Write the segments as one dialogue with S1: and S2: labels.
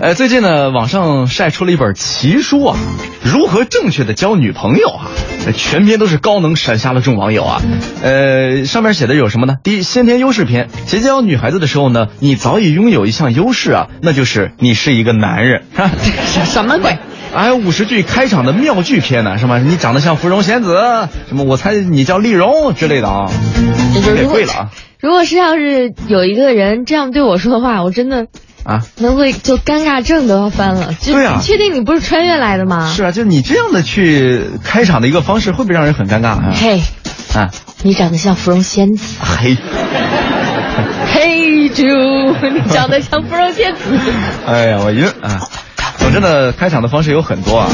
S1: 呃，最近呢，网上晒出了一本奇书啊，如何正确的交女朋友啊，呃全篇都是高能闪瞎了众网友啊。呃，上面写的有什么呢？第一，先天优势篇，结交女孩子的时候呢，你早已拥有一项优势啊，那就是你是一个男人，是吧？
S2: 什么鬼？
S1: 还有五十句开场的妙句篇呢，是吧？你长得像芙蓉仙子，什么我猜你叫丽蓉之类的啊，
S2: 就
S1: 给
S2: 如果
S1: 跪了啊
S2: 如果是要是有一个人这样对我说的话，我真的
S1: 啊！
S2: 能会就尴尬症都要翻了。就
S1: 对啊
S2: 你确定你不是穿越来的吗？
S1: 是啊，就你这样的去开场的一个方式，会不会让人很尴尬啊？
S2: 嘿，
S1: 啊，
S2: 你长得像芙蓉仙子。
S1: 嘿。
S2: 嘿，猪，你长得像芙蓉仙子。
S1: 哎呀，我晕啊！总之呢，开场的方式有很多啊。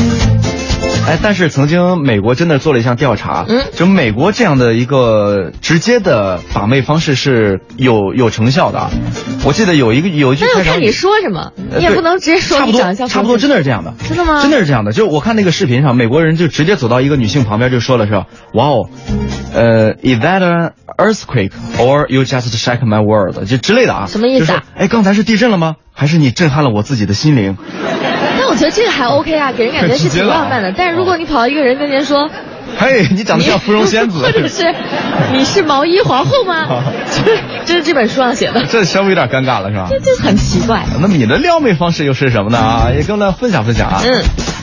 S1: 哎，但是曾经美国真的做了一项调查，
S2: 嗯
S1: 就美国这样的一个直接的把妹方式是有有成效的啊。我记得有一个有一句
S2: 那
S1: 开
S2: 要
S1: 场
S2: 看
S1: 语
S2: 你说什么，
S1: 呃
S2: 你也
S1: 对
S2: 不能直接说
S1: 差不
S2: 你
S1: 多
S2: 长得像芙
S1: 差
S2: 蓉
S1: 不多，
S2: 仙
S1: 真
S2: 子
S1: 的是这样的，
S2: 真的吗
S1: 真的是这样的，就我看那个视频上，美国人就直接走到一个女性旁边就说了说，哇哦，呃，is that an earthquake or you just shake my world 就之类的啊，
S2: 什么意思
S1: 就
S2: 啊
S1: 说哎，刚才是地震了吗？还是你震撼了我自己的心灵？
S2: 但我觉得这个还 OK 啊，给人感觉是
S1: 直接
S2: 挺
S1: 了啊
S2: 浪漫的。但是如果你跑到一个人跟前说，
S1: 嘿，你长得像芙蓉仙子啊
S2: 或，者 是你是毛衣皇后吗？这这是这本书上写的，
S1: 这稍微有点尴尬了是吧？
S2: 这这很奇怪。
S1: 那你的撩妹方式又是什么呢？啊，也跟我们来分享分享啊。
S2: 嗯。